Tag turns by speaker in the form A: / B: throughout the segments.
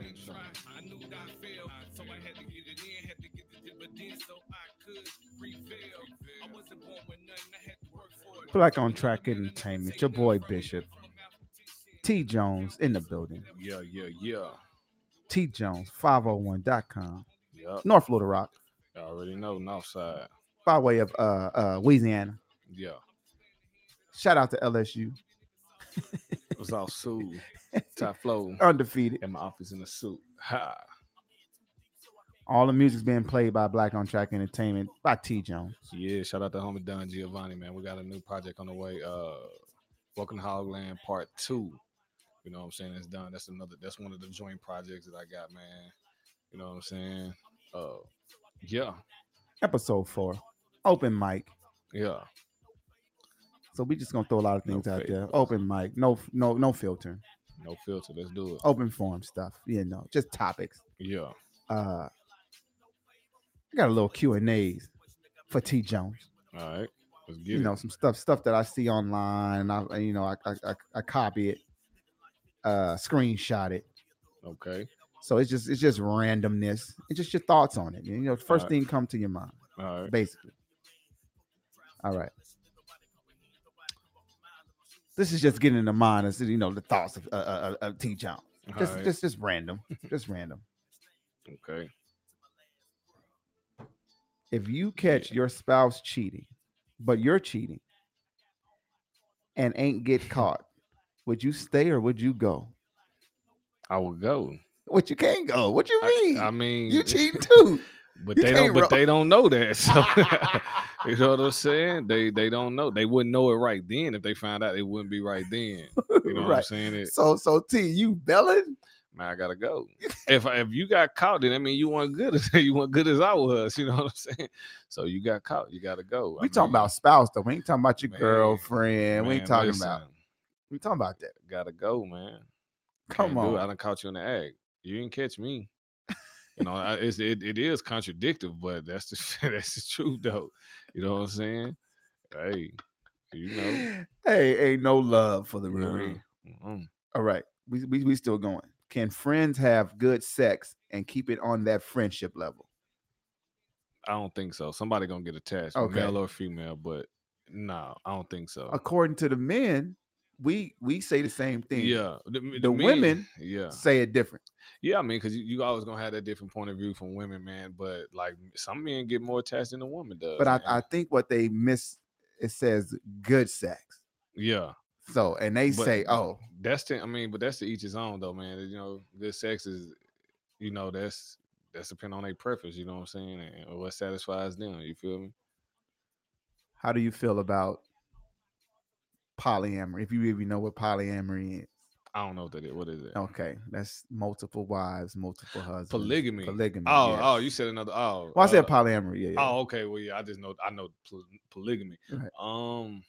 A: I knew I failed, so I had to get it in, had to get the dividends so I could prevail. I wasn't born with nothing, I had to work for it.
B: Black on Track Entertainment, your boy Bishop. T Jones in the building.
C: Yeah, yeah, yeah.
B: T Jones501.com.
C: Yep.
B: North Florida Rock,
C: I already know Northside.
B: by way of uh uh Louisiana.
C: Yeah.
B: Shout out to LSU.
C: It was all suit. Top flow
B: Undefeated.
C: in my office in a suit. Ha.
B: All the music's being played by Black on Track Entertainment by T Jones.
C: Yeah, shout out to homie Don Giovanni, man. We got a new project on the way. Uh Welcome to Hogland Part Two. You know what I'm saying? It's done. That's another that's one of the joint projects that I got, man. You know what I'm saying? Uh yeah,
B: Episode four. Open mic.
C: yeah.
B: So we just gonna throw a lot of
C: No
B: things out there.
C: favorites.
B: Open mic. No no no filter.
C: No filter. Let's do it.
B: Open forum stuff. You know, just topics.
C: Yeah.
B: Uh I got a little Q and A's for T Jones.
C: All right. Let's get
B: you
C: it.
B: know some stuff stuff that I see online and I and, you know I I, I, I copy it, uh, screenshot it.
C: Okay.
B: So it's just it's just randomness. It's just your thoughts on it. You know, the first
C: Alright.
B: thing come to your mind,
C: All right.
B: basically. All right. This is just getting in the mind and you know the thoughts of uh, uh, uh, of T. Jones. Just
C: Alright.
B: just just random, just random.
C: Okay.
B: If you catch your spouse cheating, but you're cheating, and ain't get caught, would you stay or would you go?
C: I will go.
B: What you can't go? What you
C: I,
B: mean?
C: I mean,
B: you cheating too?
C: but
B: you
C: they don't.
B: can't
C: But
B: roll-
C: they don't know that. So you know what I'm saying? They they don't know. They wouldn't know it right then if they found out. It wouldn't be right then. You know what I'm
B: right.
C: saying? It,
B: So so T, you belling?
C: man, I gotta go. If I, if you got caught, then I mean you weren't good. As, you weren't good as I was. You know what I'm saying? So you got caught. You gotta go. I
B: We talking
C: mean,
B: about spouse though. We ain't talking about your
C: Man,
B: girlfriend. we
C: man,
B: ain't talking about.
C: listen,
B: We talking about that.
C: Gotta go, man.
B: Come
C: Can't do it. I
B: on.
C: done caught you in the act. You didn't catch me. You know, I, it's, it, it is contradictive, but that's the that's the truth though. You know what I'm saying? Hey, you know.
B: Hey, ain't no love for the
C: you
B: real.
C: know, mm,
B: All right, we, we we still going. Can friends have good sex and keep it on that friendship level?
C: I don't think so. Somebody gonna get attached,
B: Okay.
C: male or female, but no, I don't think so.
B: According to the men, we we say the same thing.
C: Yeah, the, m-
B: The
C: men-
B: women
C: Yeah,
B: Say it different.
C: yeah. I mean, because you, you always gonna have that different point of view from women, man. But like, some men get more attached than a woman does.
B: But I,
C: man.
B: I think what they miss it says good sex.
C: yeah,
B: So and they
C: But-
B: say, oh,
C: that's the. I mean, but that's to each his own, though, man. You know, good sex is, you know, that's that's depending on their preference. You know what I'm saying, and, and what satisfies them. You feel me?
B: how do you feel about polyamory? If you even know what polyamory is,
C: I don't know what that is. What is it?
B: okay, that's multiple wives, multiple husbands.
C: Polygamy.
B: Polygamy.
C: Oh,
B: yes.
C: oh, you said another. Oh,
B: Well, I said
C: uh,
B: polyamory. Yeah. yeah.
C: Oh, okay. Well, yeah, I just know I know pol- polygamy.
B: Right.
C: Um,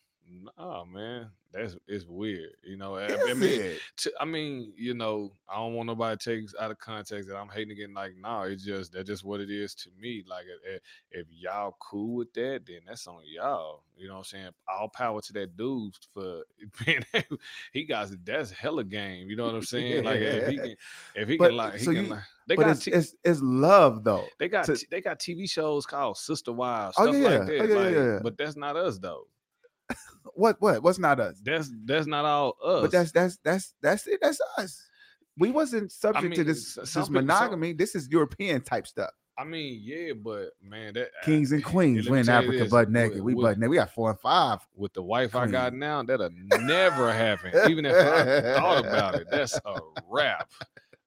C: nah, man, that's it's weird. You know, I, I
B: Is
C: mean,
B: it?
C: t- I mean, you know, I don't want nobody to take out of context that I'm hating again. Like, nah, it's just that's just what it is to me. Like, i- i- if y'all cool with that, then that's on y'all. You know what I'm saying? All power to that dude for being able- he got that's hella game. You know what I'm saying? Like, if he can, if he
B: But,
C: can, like, he
B: so
C: can,
B: you-
C: like, they
B: but
C: got
B: it's,
C: t-
B: it's it's love though.
C: they got
B: to-
C: t- they got TV shows called Sister Wives,
B: Oh,
C: stuff
B: yeah,
C: like
B: yeah.
C: that.
B: Oh, yeah, yeah,
C: like,
B: yeah.
C: But that's not us though.
B: What what what's not us?
C: That's that's not all us.
B: But that's that's that's that's it. That's us. We wasn't subject to
C: mean,
B: this
C: s- some
B: this
C: people- so-
B: monogamy. this is European type stuff.
C: I mean, yeah, but man, that I-
B: Kings and
C: yeah,
B: queens.
C: let
B: We're
C: me
B: in
C: tell you
B: Africa
C: this,
B: butt
C: with-
B: naked. We
C: with-
B: butt naked. We got four and five.
C: With the wife I got
B: Queen.
C: now, that'll never happen. Even if I thought about it, that's a wrap.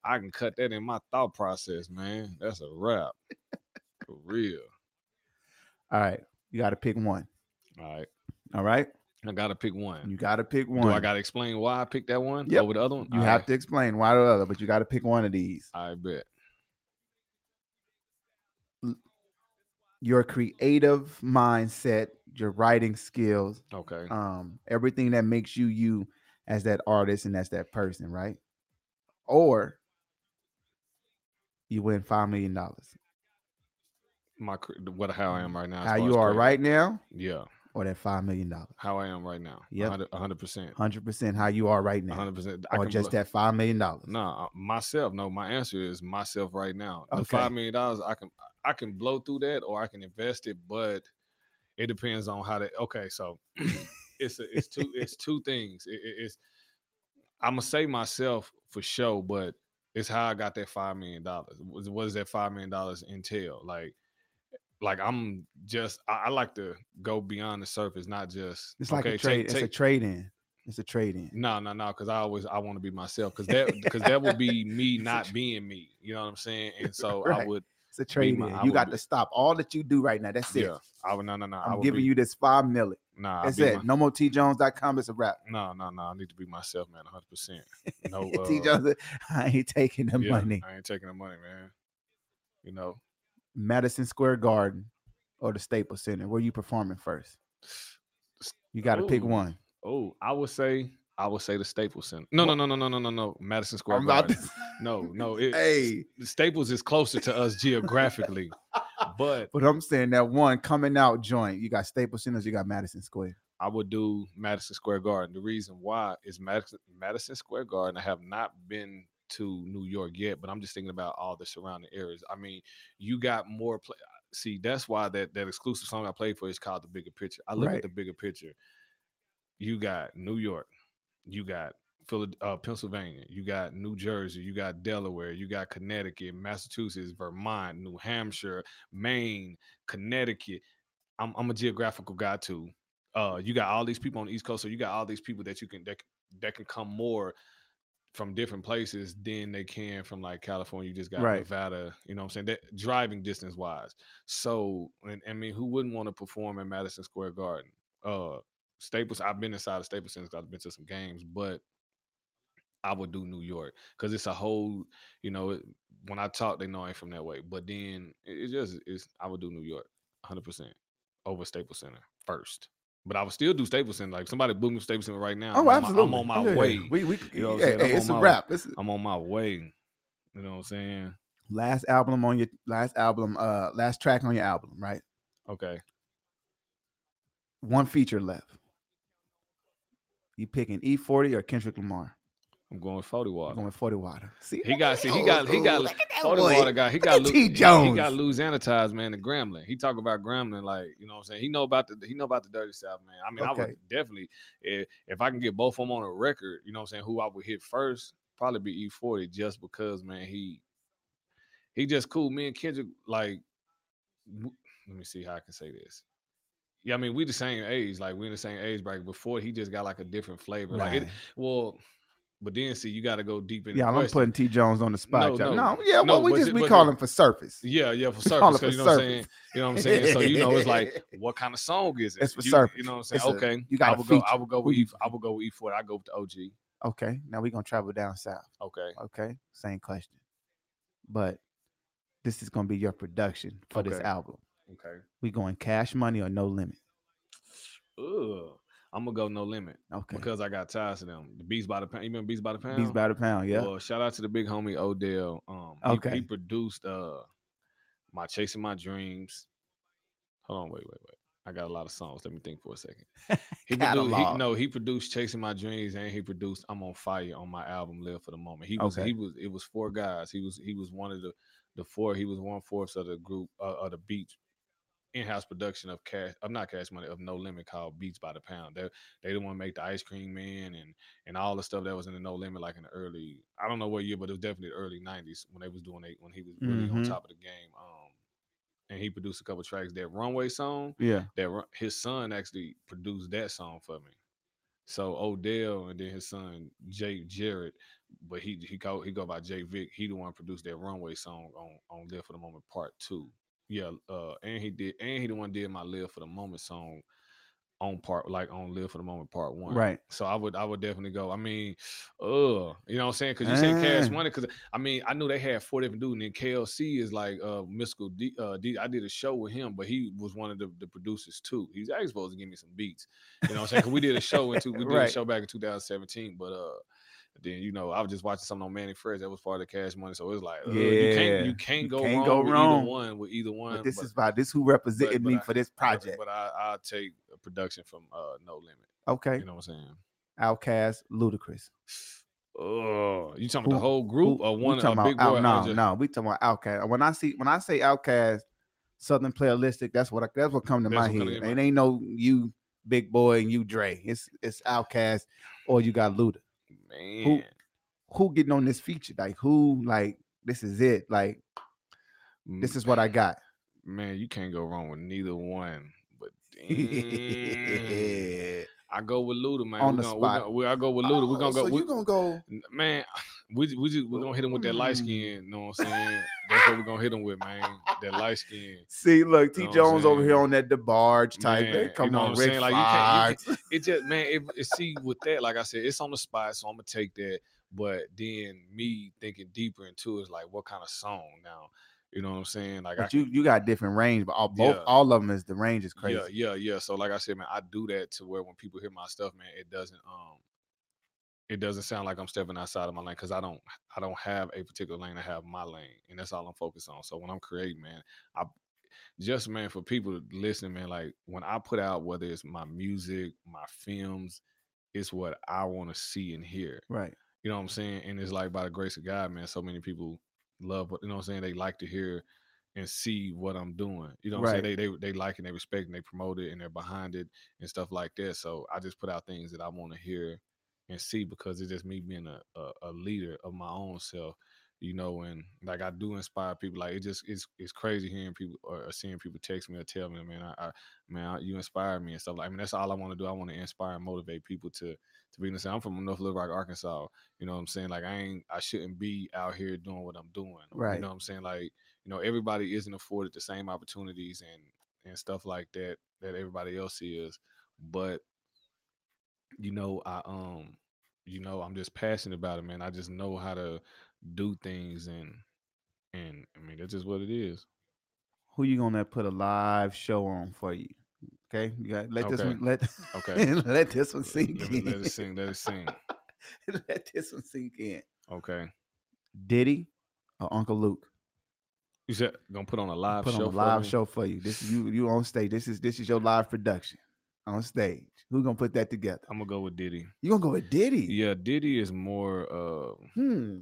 C: I can cut that in my thought process, man. That's a wrap. For real.
B: All right. You gotta pick one.
C: All right.
B: All right.
C: I gotta pick one.
B: You gotta pick one.
C: Do I gotta explain why I picked that one
B: Yep.
C: over the other one?
B: You have to explain why the other, but you got to pick one of these.
C: I bet.
B: Your creative mindset, your writing skills,
C: Okay.
B: um, everything that makes you you as that artist and as that person, right? Or you win five million dollars.
C: my cre- what how I am right now. as
B: How
C: far
B: you
C: as
B: are
C: creative.
B: right now,
C: Yeah,
B: or that five million dollars?
C: How I am right now.
B: Yep.
C: Yeah. hundred percent.
B: Hundred percent how you are right now,
C: hundred percent.
B: or just that five million dollars?
C: No, nah, myself. No, my answer is myself right now. The
B: Okay.
C: five million dollars, I can I can blow through that or I can invest it, but it depends on how to. Okay, so it's a, it's two it's two things. It- it- it's I'm gonna say myself for sure, but it's how I got that five million dollars. What what does that five million dollars entail? Like, like I'm just I, I like to go beyond the surface, not just
B: It's like
C: okay,
B: a
C: take-
B: trade.
C: take-
B: it's a trade in. It's a trade in.
C: no, no, no, because I always I want to be myself because that because that would be me not being me. You know what I'm saying? And so I
B: Right.
C: would,
B: It's a trade
C: my-
B: in.
C: I
B: You
C: would
B: got
C: be-
B: to stop all that you do right now. That's it.
C: yeah, I would no, no, no. I
B: I'm
C: would
B: giving
C: be,
B: you this five million.
C: Nah, I'd
B: That's
C: be
B: it.
C: my-
B: No more T Jones.com. It's a wrap.
C: no, no, no. I need to be myself, man. 100. percent No, uh,
B: T Jones, I ain't taking the
C: yeah,
B: money.
C: I ain't taking the money, man. You know,
B: Madison Square Garden or the Staples Center. Where you performing first? You got to pick
C: Ooh,
B: one.
C: oh, I would say I would say the Staples Center. No, no, no, no, no, no, no, no. Madison Square
B: I'm about
C: Garden.
B: to-
C: No, no. It,
B: Hey,
C: the Staples is closer to us geographically, but
B: but I'm saying that one coming out joint. You got Staples Center. You got Madison Square.
C: I would do Madison Square Garden. The reason why is Madison, Madison Square Garden. I have not been to New York yet, but I'm just thinking about all the surrounding areas. I mean, you got more play. See, that's why that that exclusive song I played for is called "The Bigger Picture." I look
B: Right.
C: at the bigger picture. You got New York. You got Phila- uh, Pennsylvania. You got New Jersey. You got Delaware. You got Connecticut, Massachusetts, Vermont, New Hampshire, Maine, Connecticut. I'm, I'm a geographical guy too. Uh, you got all these people on the East Coast, so you got all these people that you can that, c- that can come more from different places than they can from like California. You just got
B: Right.
C: Nevada. You know what I'm saying? That driving distance wise. So, and I mean, who wouldn't want to perform at Madison Square Garden? Uh, Staples. I've been inside of Staples since I've been to some games, but I would do New York because it's a whole, you know, it, when I talk, they know I ain't from that way. But then it, it just is. I would do New York, hundred percent over Staples Center first. But I would still do Staples Center. Like if somebody booked me for Staples Center right now. I'm
B: Oh,
C: on my-
B: absolutely.
C: I'm on my
B: Yeah,
C: way.
B: We, we,
C: You know what I'm
B: hey,
C: saying? I'm
B: hey,
C: on
B: it's
C: my
B: a
C: way.
B: wrap. It's
C: I'm on my way. You know what I'm saying?
B: last album on your last album, uh, last track on your album, right?
C: Okay.
B: One feature left. You picking E40 or Kendrick Lamar?
C: I'm going 40
B: I'm
C: water.
B: going 40 water. See,
C: He got see, he
B: Oh,
C: got he got
B: look at that
C: 40
B: boy.
C: water guy. He
B: Look
C: got
B: at
C: Lu-
B: T.
C: he- He got
B: Jones.
C: Louisianatized, man, the Gremlin. He talk about Gremlin like, you know what I'm saying? He know about the he know about the dirty south, man. I mean, I would
B: Okay.
C: definitely if, if I can get both of them on a record, you know what I'm saying, who I would hit first, probably be E40 just because man, he he just cool. Me and Kendrick like w- let me see how I can say this. Yeah, I mean, we the same age, like we in the same age bracket. Before he just got like a different flavor. Like it,
B: Right.
C: well, but then see, you got to go deep in. the
B: Yeah, I'm
C: question.
B: putting T Jones on the spot.
C: No,
B: No, no,
C: no,
B: yeah,
C: no,
B: well, we
C: but
B: just
C: it-
B: we
C: but
B: call
C: it-
B: him for surface.
C: Yeah, yeah, for
B: Call
C: service.
B: it for
C: 'cause you know what I'm saying.
B: service.
C: You know what I'm saying. So you know, it's like, what kind of song is it?
B: It's for
C: you,
B: service.
C: You know what I'm saying.
B: It's a-
C: okay,
B: you gotta
C: I would go. I
B: feature.
C: would go
B: Who
C: with.
B: you
C: E, I would go with E40. I go with the OG.
B: Okay, now we're gonna travel down south.
C: Okay,
B: Okay, same question, but this is gonna be your production for this
C: Okay.
B: album.
C: okay.
B: We going Cash Money or No Limit?
C: Ugh. I'm gonna go no limit
B: Okay,
C: because I got ties to them. The Beats by the Pound. You remember Beats by the Pound?
B: Beats by the pound. Yeah,
C: Well, shout out to the big homie Odell. Um, he- he,
B: Okay.
C: produced uh my chasing my dreams. Hold on, wait, wait, wait. I got a lot of songs. Let me think for a second. He produced, he,
B: Catalog.
C: no, he produced "Chasing My Dreams" and he produced "I'm on Fire" on my album "Live for the Moment." He was,
B: Okay.
C: he was, it was four guys. He was, he was one of the the four. He was one fourth of the group uh, of the beats in-house production of cash of not cash money of no limit called beats by the pound they they the one make the ice cream man and and all the stuff that was in the no limit like in the early i don't know what year but it was definitely the early 90s when they was doing it when he was really on
B: Mhm.
C: top of the game um and he produced a couple tracks that runway song
B: yeah.
C: that Run- his son actually produced that song for me so odell and then his son jay jarrett but he he go he go by jay vick he the one produced that runway song on on live for the moment part two yeah uh and he did and he the one did my live for the moment song on part like on live for the moment part one
B: Right.
C: so I would I would definitely go. I mean, uh, you know what I'm saying? Because you say Cash
B: Ah.
C: Money. Because I mean, I knew they had four different dudes, and then KLC is like uh mystical. D, uh, D, I did a show with him, but he was one of the, the producers too. He's actually supposed to give me some beats. You know what I'm saying? 'Cause we did a show in two, we did a
B: Right.
C: show back in 2017, but uh, Then you know I was just watching something on Manny Fresh that was part of the Cash Money, so it's like uh, you can't
B: Yeah.
C: you can't
B: You
C: go
B: can't
C: wrong,
B: go
C: with
B: wrong.
C: either one with either one.
B: But this
C: but-
B: is by this who represented
C: but
B: me
C: I-
B: for this project.
C: But I I take a production from uh No Limit.
B: okay,
C: You know what I'm saying?
B: Outcast, Ludacris.
C: Oh, you talking about
B: Who-
C: the whole group
B: Who-
C: or
B: we
C: one a
B: talking
C: big
B: about
C: boy?
B: out,
C: or
B: no,
C: just-
B: no, we talking about Outcast. When I see when I say Outcast, Southern Playalistic, that's what I, that's what come to
C: That's
B: my
C: what
B: head.
C: come to your
B: it
C: mind.
B: ain't no you Big Boy and you Dre. It's it's Outcast or you got Luda.
C: Man,
B: Who getting on this feature? Like who? Like this is it? Like this is what I got.
C: man. You can't go wrong with neither one. But
B: Mm-hmm.
C: damn,
B: on
C: I go with Luda, man.
B: On
C: we
B: the
C: gonna, we
B: spot.
C: gonna- we- I go with Luda. We're gonna go.
B: Oh, So
C: we-
B: you gonna go?
C: N- man, we we just we're gonna hit him with that light
B: Mm.
C: skin. You know what I'm saying? That's what we're gonna hit him with, man. That light skin.
B: See, look, T.
C: Know what I'm
B: Jones over here
C: saying?
B: on that debarge type.
C: Man,
B: Man,
C: you
B: come
C: know what
B: on,
C: I'm
B: Rick
C: saying? Like, you can't- you
B: Fox.
C: It just man, it, it- see with that, like I said, it's on the spot, so I'm gonna take that. But then me thinking deeper into it is like, what kind of song now? You know what I'm saying? Like I
B: But you you got different range, but all, both
C: Yeah.
B: all of them is the range is crazy.
C: Yeah, yeah, yeah. So like I said, man, I do that to where when people hear my stuff, man, it doesn't um it doesn't sound like I'm stepping outside of my lane because I don't I don't have a particular lane. I have my lane, and that's all I'm focused on. So when I'm creating, man, I just man for people listening, man, like when I put out whether it's my music, my films, it's what I want to see and hear.
B: Right.
C: You know what I'm saying? And it's like by the grace of God, man, so many people love what you know what I'm saying, they like to hear and see what I'm doing. You know what I'm saying? They they they like and they respect and they promote it and they're behind it and stuff like that. So I just put out things that I want to hear and see because it's just me being a, a, a leader of my own self, you know, and like I do inspire people. Like it just it's it's crazy hearing people or, or seeing people text me or tell me, man, I, I man, I- you inspire me and stuff like I mean that's all I want to do. I want to inspire and motivate people to to be in the same. I'm from North Little Rock, Arkansas. You know what I'm saying? Like I ain't I shouldn't be out here doing what I'm doing.
B: Right.
C: You know what I'm saying? Like, you know, everybody isn't afforded the same opportunities and and stuff like that that everybody else is. But you know, I um, you know, I'm just passionate about it, man. I just know how to do things and and I mean that's just what it is.
B: Who you gonna put a live show on for you? Okay, you got let this
C: Okay.
B: one let
C: Okay.
B: let this one sink
C: Let, me-
B: in.
C: Uh, let it sing, let it sing.
B: let this one sink in.
C: Okay.
B: Diddy or Uncle Luke?
C: You said gonna put on a live
B: put
C: show.
B: on
C: for
B: a live
C: me?
B: show for you. This is you you on stage. This is this is your live production on stage. Who gonna put that together?
C: I'm gonna go with Diddy.
B: You gonna go with Diddy?
C: Yeah, Diddy is more uh
B: Hmm.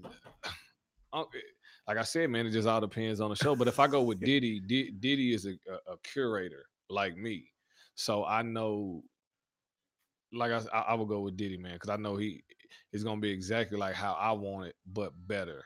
C: uh, it- like I said, man, it just all depends on the show. But if I go with Diddy, Di- Diddy is a, a, a curator like me, so I know. Like I, s- I, I would go with Diddy, man, because I know he is gonna be exactly like how I want it, but better.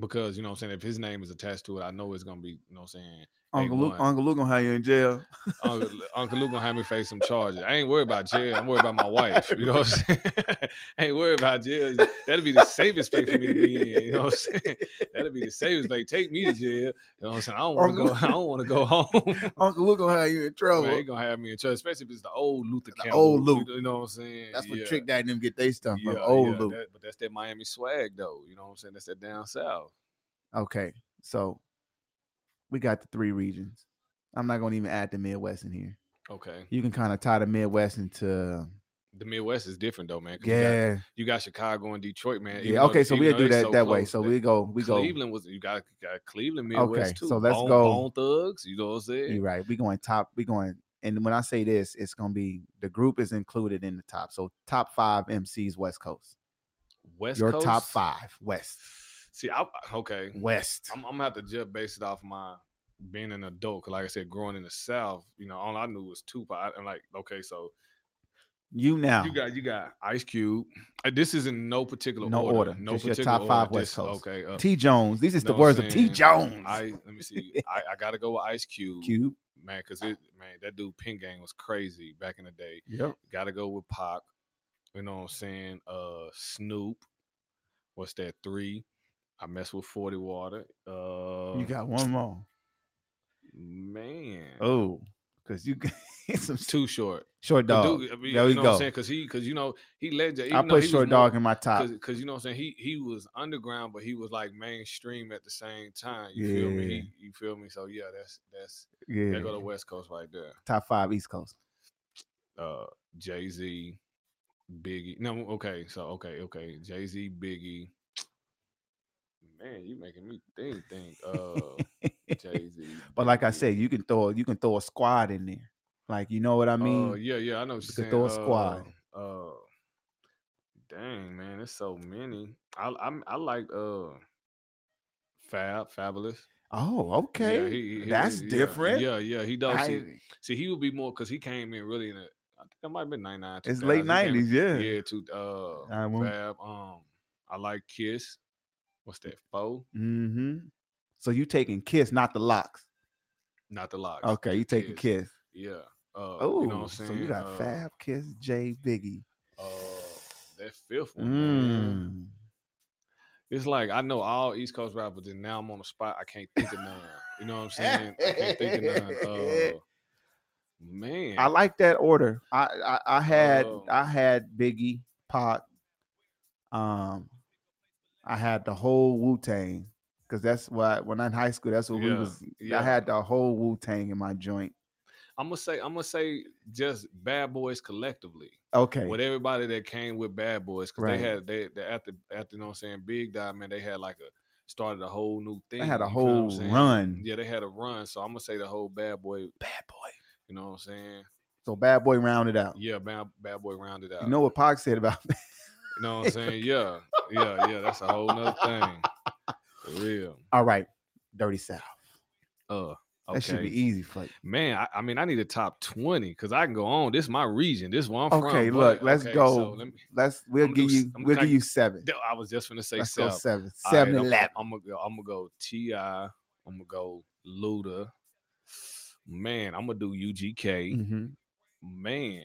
C: Because you know what I'm saying, if his name is attached to it, I know it's gonna be, you know what I'm saying,
B: Uncle Luke,
C: one.
B: Uncle Luke gonna have you in jail.
C: Uncle, Uncle Luke gonna have me face some charges. I ain't worried about jail. I'm worried about my wife. You know what I'm saying? I ain't worried about jail. That'd be the safest place for me to be in. You know what I'm saying? That'd be the safest place. Take me to jail. You know what I'm saying? I don't want to go. I don't want to go home.
B: Uncle Luke gonna have you in trouble.
C: Man, they gonna have me in church, especially if it's the old Luther.
B: The
C: Campbell,
B: old
C: you
B: Luke.
C: know- You know what I'm saying?
B: That's what
C: Yeah,
B: Trick Daddy and them get they stuff
C: yeah,
B: from. Old
C: yeah,
B: Luke.
C: that- but that's that Miami swag, though. You know what I'm saying? That's that down south.
B: Okay, so we got the three regions. I'm not gonna even add the Midwest in here.
C: Okay.
B: You can kind of tie the Midwest into
C: The Midwest is different though, man. 'cause you got-
B: yeah,
C: You got Chicago and Detroit, man. even
B: yeah.
C: though-
B: Okay, so
C: even
B: we'll
C: though
B: do
C: they
B: that
C: so
B: that way.
C: close,
B: So
C: they-
B: we go, we go.
C: Cleveland was you got, got Cleveland Midwest
B: Okay,
C: too.
B: so let's
C: Bone-
B: go.
C: Bone Thugs, you know what I'm saying?
B: You're right. We going top. We going. And when I say this, it's gonna be the group is included in the top. So top five MCs West Coast.
C: West
B: Your top
C: Coast?
B: five West
C: See, I okay.
B: West.
C: I'm, I'm gonna have to just base it off my being an adult. 'cause like I said, growing in the South, you know, all I knew was Tupac. I'm like, okay, so
B: You now.
C: you got you got Ice Cube. Uh, This is in no particular
B: No
C: order.
B: order,
C: No
B: just your
C: particular
B: top five
C: order.
B: West
C: This-
B: Coast.
C: Okay, uh,
B: T Jones. These is the
C: know what
B: words
C: I'm
B: of T
C: saying?
B: Jones.
C: I let me see. I, I gotta go with Ice Cube,
B: Cube.
C: man, because it man that dude Pin Gang was crazy back in the day.
B: Yep.
C: Gotta go with Pac. You know what I'm saying? Uh Snoop. What's that? Three. I mess with 40 water. Uh
B: You got one more.
C: man.
B: Oh, because you got some
C: It's too short.
B: short
C: But
B: dog.
C: dude, I mean,
B: there we
C: you know what
B: go.
C: I'm saying? Cause he cause you know he legend.
B: I
C: even though
B: put
C: he was
B: short
C: more-
B: dog in my top.
C: Cause, cause you know what I'm saying he he was underground, but he was like mainstream at the same time. You feel me?
B: Yeah.
C: He, you feel me? So yeah, that's that's
B: Yeah.
C: there go the West Coast right there.
B: Top five East Coast.
C: Uh Jay Z, uh, Biggie. No, okay, so okay, okay. Jay Z, Biggie. Man, you making me think, think. Uh, Jay Z.
B: But like I said, you can throw you can throw a squad in there. Like you know what I mean?
C: uh, yeah, yeah, I know. what
B: you
C: you're saying.
B: could throw a
C: Uh,
B: squad.
C: Uh, dang man, there's so many. I I, I like uh, Fab, Fabulous.
B: Oh,
C: Yeah,
B: okay.
C: he- he-
B: That's
C: yeah,
B: different.
C: Yeah, yeah, he does. See,
B: I-
C: see, he would be more because he came in really in a, I think it might have been 99.
B: it's
C: 2000. He
B: late nineties, yeah.
C: came- Yeah, to uh,
B: I won't-
C: Fab. Um, I like Kiss. What's that? Foe?
B: Mm-hmm. So you taking kiss, not the locks.
C: Not the locks.
B: Okay, you taking kiss.
C: Yeah. Uh,
B: Oh,
C: you know what I'm saying?
B: so you got
C: uh,
B: Fab, Kiss, Jay, Biggie.
C: Uh, that fifth one. man.
B: Mm.
C: It's like I know all East Coast rappers, and now I'm on the spot. I can't think of none. You know what I'm saying? I can't think of none. Uh, man,
B: I like that order. I I, I had
C: Oh.
B: I had Biggie, Pac, um, I had the whole Wu Tang because that's what when I in high school that's what we
C: Yeah,
B: was. I
C: yeah.
B: had the whole Wu Tang in my joint.
C: I'm gonna say I'm gonna say just Bad Boys collectively
B: Okay,
C: with everybody that came with Bad Boys because
B: Right.
C: they had they, they after after you know what I'm saying Big Diamond they had like a started a whole new thing.
B: I had a
C: you feel what I'm
B: whole
C: saying?
B: run.
C: Yeah, they had a run. So I'm gonna say the whole Bad Boy.
B: Bad boy.
C: You know what I'm saying?
B: So bad boy rounded out.
C: Yeah, Bad, bad Boy rounded out.
B: You know what Pac said about
C: You know what I'm saying? Yeah, yeah, yeah. That's a whole nother thing. For real.
B: All right, Dirty South.
C: Uh,
B: That should
C: okay.
B: be easy for you.
C: Man, I, I mean, I need a top twenty because I can go on. This is my region. This is where I'm from.
B: Okay,
C: but-
B: look, let's
C: okay,
B: go.
C: so let me-
B: Let's we'll
C: I'ma do
B: give
C: s-
B: you
C: I'ma
B: we'll
C: tell
B: give
C: you-
B: you seven.
C: Th- I was just gonna say
B: Let's
C: South.
B: go seven.
C: All right,
B: Seven
C: I'm-
B: eleven.
C: I'm gonna go. I'm gonna go Ti. I'm gonna go Luda. Man, I'm gonna do UGK.
B: Mm-hmm.
C: Man,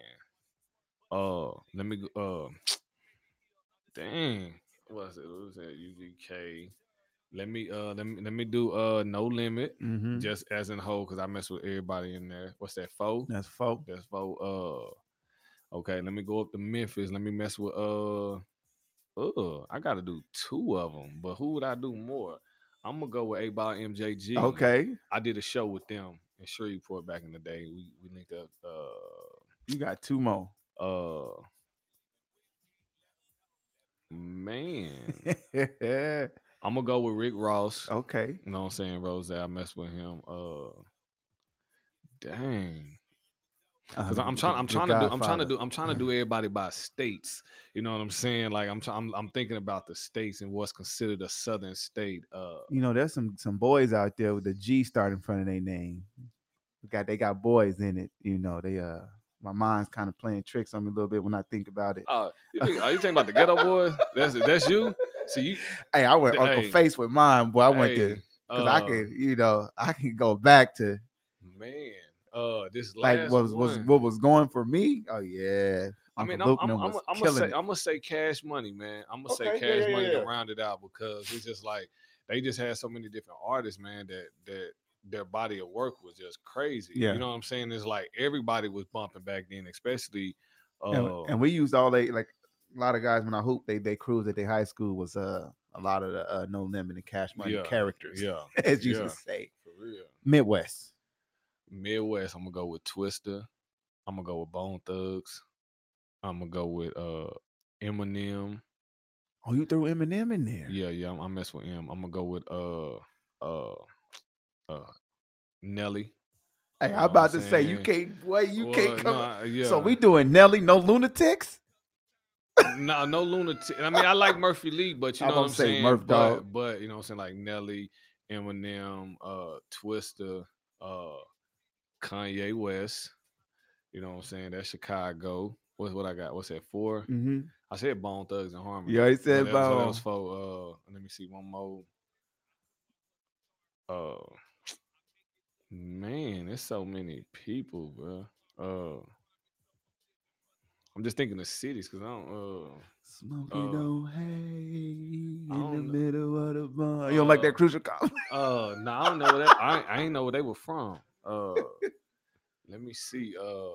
C: uh, let me go. Uh, dang, what's it? What was that? UGK. Let me uh, let me let me do uh, No Limit,
B: Mm-hmm.
C: just as in whole, cause I mess with everybody in there. What's that? Foe.
B: That's folk.
C: That's for uh okay, let me go up to Memphis. Let me mess with uh uh I gotta do two of them, but who would I do more? I'm gonna go with A Ball MJG.
B: Okay,
C: I did a show with them in Shreveport back in the day. We we linked up uh
B: you got two more.
C: uh man.
B: okay,
C: I'm gonna go with Rick Ross.
B: Oh.
C: You know what I'm saying, Rose? I messed with him. Uh dang. Cause I'm trying, I'm trying to do, I'm trying to do, I'm trying to do everybody by states. You know what I'm saying? Like I'm, try- I'm, I'm thinking about the states and what's considered a southern state. Uh,
B: You know, there's some some boys out there with the G start in front of their name. Got they got boys in it. You know, they uh, my mind's kind of playing tricks on me a little bit when I think about it.
C: uh you think, are you thinking about the ghetto boys? That's that's you. See you.
B: Hey, I went Uncle
C: Hey.
B: Face with mine, boy. I went
C: hey,
B: to because I
C: uh,
B: could, you know, I can go back to
C: Man, uh, this last
B: like what was, was
C: one.
B: what was going for me. Oh yeah,
C: I mean, I'm,
B: Uncle Luke
C: I'm,
B: and them
C: I'm,
B: was
C: I'm gonna
B: killing
C: say,
B: it.
C: I'm gonna say Cash Money, man. I'm gonna
B: Okay,
C: say
B: yeah,
C: Cash
B: yeah,
C: Money
B: yeah.
C: to round it out because it's just like they just had so many different artists, man. That that their body of work was just crazy.
B: Yeah.
C: you know what I'm saying? It's like everybody was bumping back then, especially. Uh,
B: and, and we used all they like a lot of guys when I hoop they they cruised at their high school was uh a lot of the uh, no limit and cash money
C: Yeah,
B: characters
C: yeah,
B: as you
C: yeah.
B: would say
C: for real.
B: Midwest.
C: Midwest, I'm gonna go with Twister. I'm gonna go with Bone Thugs. I'm gonna go with uh Eminem.
B: Oh, you threw Eminem in there.
C: Yeah, yeah, I'm, I mess with him. I'm gonna go with uh uh uh Nelly.
B: Hey,
C: know
B: I'm
C: what
B: about
C: I'm
B: to say you
C: saying?
B: can't. Wait, you
C: Well,
B: can't come.
C: nah, yeah.
B: So we doing Nelly, no lunatics.
C: no no lunatic. I mean, I like Murphy Lee, but you
B: I
C: know what I'm
B: was gonna say
C: saying.
B: Murph
C: but,
B: Dog.
C: but you know what I'm saying, like Nelly, Eminem, uh, Twister, uh, Kanye West. You know what I'm saying? That's Chicago. What's what I got? What's that for?
B: Mm-hmm.
C: I said Bone Thugs and Harmony.
B: You already
C: So
B: said
C: Oh, that was- so that
B: Bone.
C: was for, uh, let me see one more. Uh, man, there's so many people, bro. Uh, I'm just thinking of cities because I don't. Uh,
B: Smoking
C: Uh,
B: on hay in
C: I
B: the
C: don't kn-
B: middle of the bar. You don't like
C: Uh,
B: that crucial call?
C: Uh, no, I don't know where that. I ain't- I ain't know where they were from. Uh, let me see. Uh,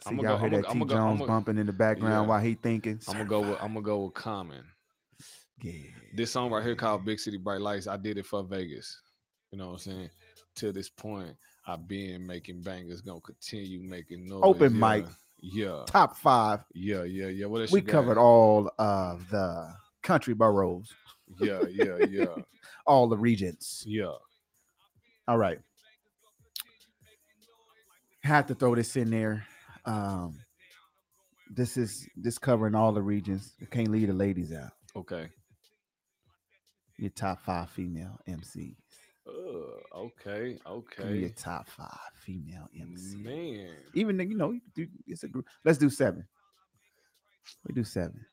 B: See,
C: I'ma
B: y'all
C: go-
B: hear
C: I'ma go-
B: that T
C: I'ma go-
B: Jones
C: I'ma-
B: bumping in the background
C: Yeah.
B: while he thinking.
C: I'm gonna go with. I'm gonna go with Common.
B: Yeah.
C: This song right here called "Big City Bright Lights." I did it for Vegas. You know what I'm saying? To this point, I've been making bangers. Gonna continue making noise.
B: Open
C: yeah.
B: mic.
C: Yeah,
B: top five.
C: yeah, yeah, yeah. What else
B: We
C: you got?
B: covered all of the country boroughs,
C: Yeah, yeah, yeah,
B: all the regions.
C: yeah.
B: All right. Have to throw this in there. Um, this is this covering all the regions. You can't leave the ladies out.
C: Okay.
B: Your top five female MCs.
C: Uh, okay.
B: Give me
C: Okay.
B: Your
C: Mm.
B: top five female MCs.
C: Man.
B: Even though, you know, you do, it's a group. Let's do seven. We do seven.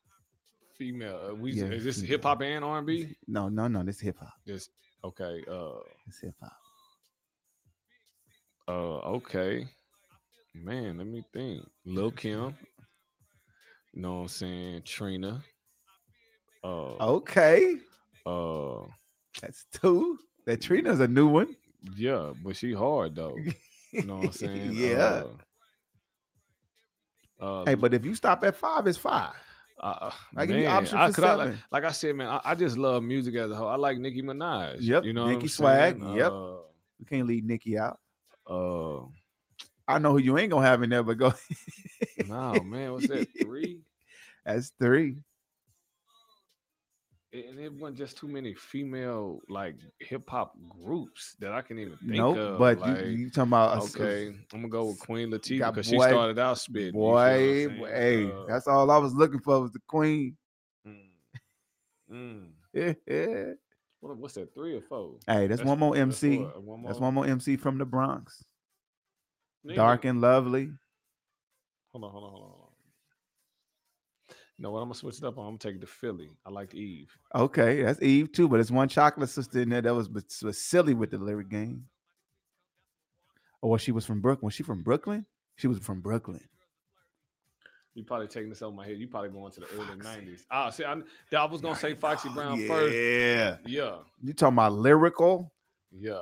C: Female. Uh, we
B: Yeah,
C: is this
B: female.
C: hip hop and R and B?
B: No, no, no. This hip hop.
C: This okay. Uh,
B: It's hip hop.
C: uh, okay. Man, let me think. Lil Kim. You know what I'm saying? Trina. Uh,
B: Okay,
C: uh,
B: that's two. That Trina's a new one.
C: yeah, but she hard though. You know what I'm saying?
B: Yeah.
C: Uh, uh,
B: Hey, but if you stop at five, it's five.
C: Uh,
B: I
C: I
B: give you
C: man,
B: option
C: I,
B: for
C: 'cause I like,
B: seven.
C: like I said, man, I, I just love music as a whole. I like Nicki Minaj.
B: Yep,
C: you know, what
B: Nicki
C: I'm
B: Swag,
C: saying?
B: yep. You can't leave Nikki out.
C: Uh, uh
B: I know who you ain't gonna have in there, but go.
C: no, man, what's that? Three,
B: that's three.
C: and it wasn't just too many female like hip hop groups that I can even think
B: No,
C: of.
B: but
C: like,
B: you, you talking about a s- a
C: okay, I'm gonna go with Queen Latifah
B: got
C: because she
B: boy-
C: started out spitting. you feel what I'm
B: boy?
C: saying?
B: Hey,
C: Uh,
B: that's all I was looking for was the queen.
C: mm, mm.
B: hey,
C: What, what's that? Three or four?
B: that's, one more MC.
C: four, uh, one
B: That's
C: more.
B: one more MC from the Bronx.
C: Nigga,
B: Dark and lovely.
C: Hold on, hold on, hold on, hold on. You know what? I'm gonna switch it up. I'm gonna take it to Philly. I like Eve.
B: Okay, that's Eve too, but it's one chocolate sister in there that was, was was silly with the lyric game. Or she was from Brooklyn. Was she from Brooklyn? She was from Brooklyn.
C: You probably taking this out of my head. You probably going to the early
B: Foxy.
C: '90s. Ah, see, I, kn- I was gonna say Foxy Brown first.
B: Oh, Yeah.
C: Yeah,
B: You talking about lyrical?
C: yeah,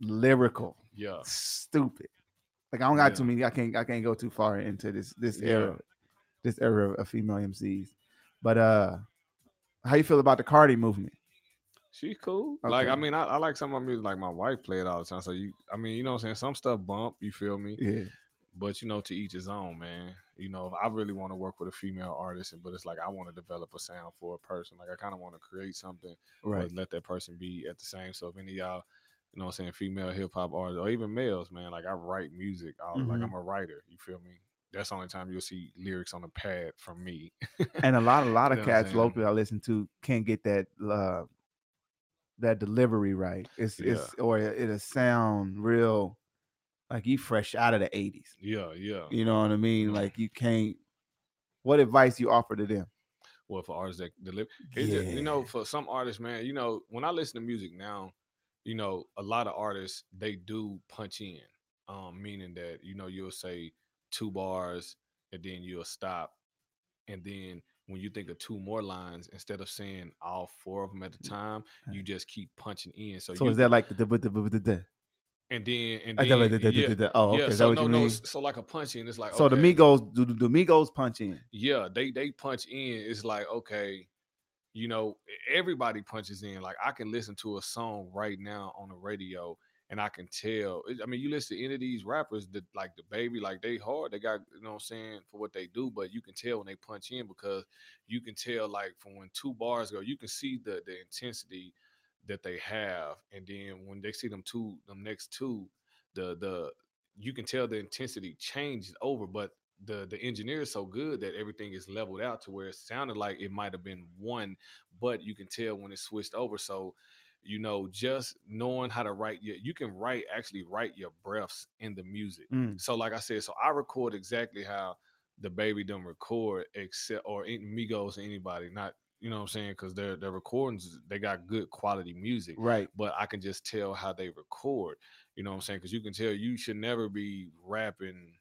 B: Lyrical.
C: yeah.
B: Stupid. Like I don't got
C: Uh, Yeah.
B: too many. I can't I can't go too far into this this
C: Yeah.
B: era. This era of female MCs. But uh how you feel about the Cardi movement?
C: She's cool. Like I
B: Okay.
C: mean, I, I like some of my music. Like my wife play it all the time. So you, I mean, you know what I'm saying. Some stuff bump. You feel me?
B: Yeah.
C: But you know, to each his own, man. You know, I really want to work with a female artist, but it's like I want to develop a sound for a person. Like I kind of want to create something
B: Right.
C: but let that person be at the same. So if any of y'all, you know what I'm saying, female hip hop artists or even males, man, like I write music. I, Like
B: Mhm.
C: I'm a writer. You feel me? That's the only time you'll see lyrics on a pad from me.
B: and a lot a lot of
C: You know what I'm
B: cats
C: saying?
B: locally I listen to can't get that uh that delivery right. It's
C: Yeah.
B: it's or it- it'll sound real like you fresh out of the eighties.
C: yeah, yeah.
B: You know what I mean?
C: Mhm.
B: Like you can't what advice you offer to them?
C: Well, for artists that deliver, it's just, you know, for some artists, man, you know, when I listen to music now, you know, a lot of artists they do punch in, um, meaning that you know you'll say two bars and then you'll stop, and then when you think of two more lines, instead of saying all four of them at the time, you just keep punching in. So,
B: Mm, So
C: you,
B: is that like the, the, the, the, the, the
C: and then and
B: I
C: then
B: thought like the- the- the-
C: yeah,
B: the- the- oh, okay.
C: yeah.
B: Is that
C: So
B: what
C: no,
B: you
C: no,
B: mean?
C: s- so like a punch in, it's like
B: So the
C: okay.
B: Migos, do do the Migos punch in?
C: yeah, they they punch in. It's like okay, you know, e- everybody punches in. Like I can listen to a song right now on the radio, and I can tell. it- I mean, you listen to any of these rappers, that like the baby, like they hard. They got you know what I'm saying for what they do, but you can tell when they punch in because you can tell like from when two bars go, you can see the the intensity that they have, and then when they see them two, them next two, the the you can tell the intensity changed over, but the the engineer is so good that everything is leveled out to where it sounded like it might have been one, but you can tell when it switched over. So, you know, just knowing how to write your you can write actually write your breaths in the music.
B: Mm.
C: So, like I said, so I record exactly how the baby done record, except or any- Migos or anybody, not you know what I'm saying, because their their recordings they got good quality music
B: Right.
C: but I can just tell how they record. You know what I'm saying? Because you can tell you should never be rapping.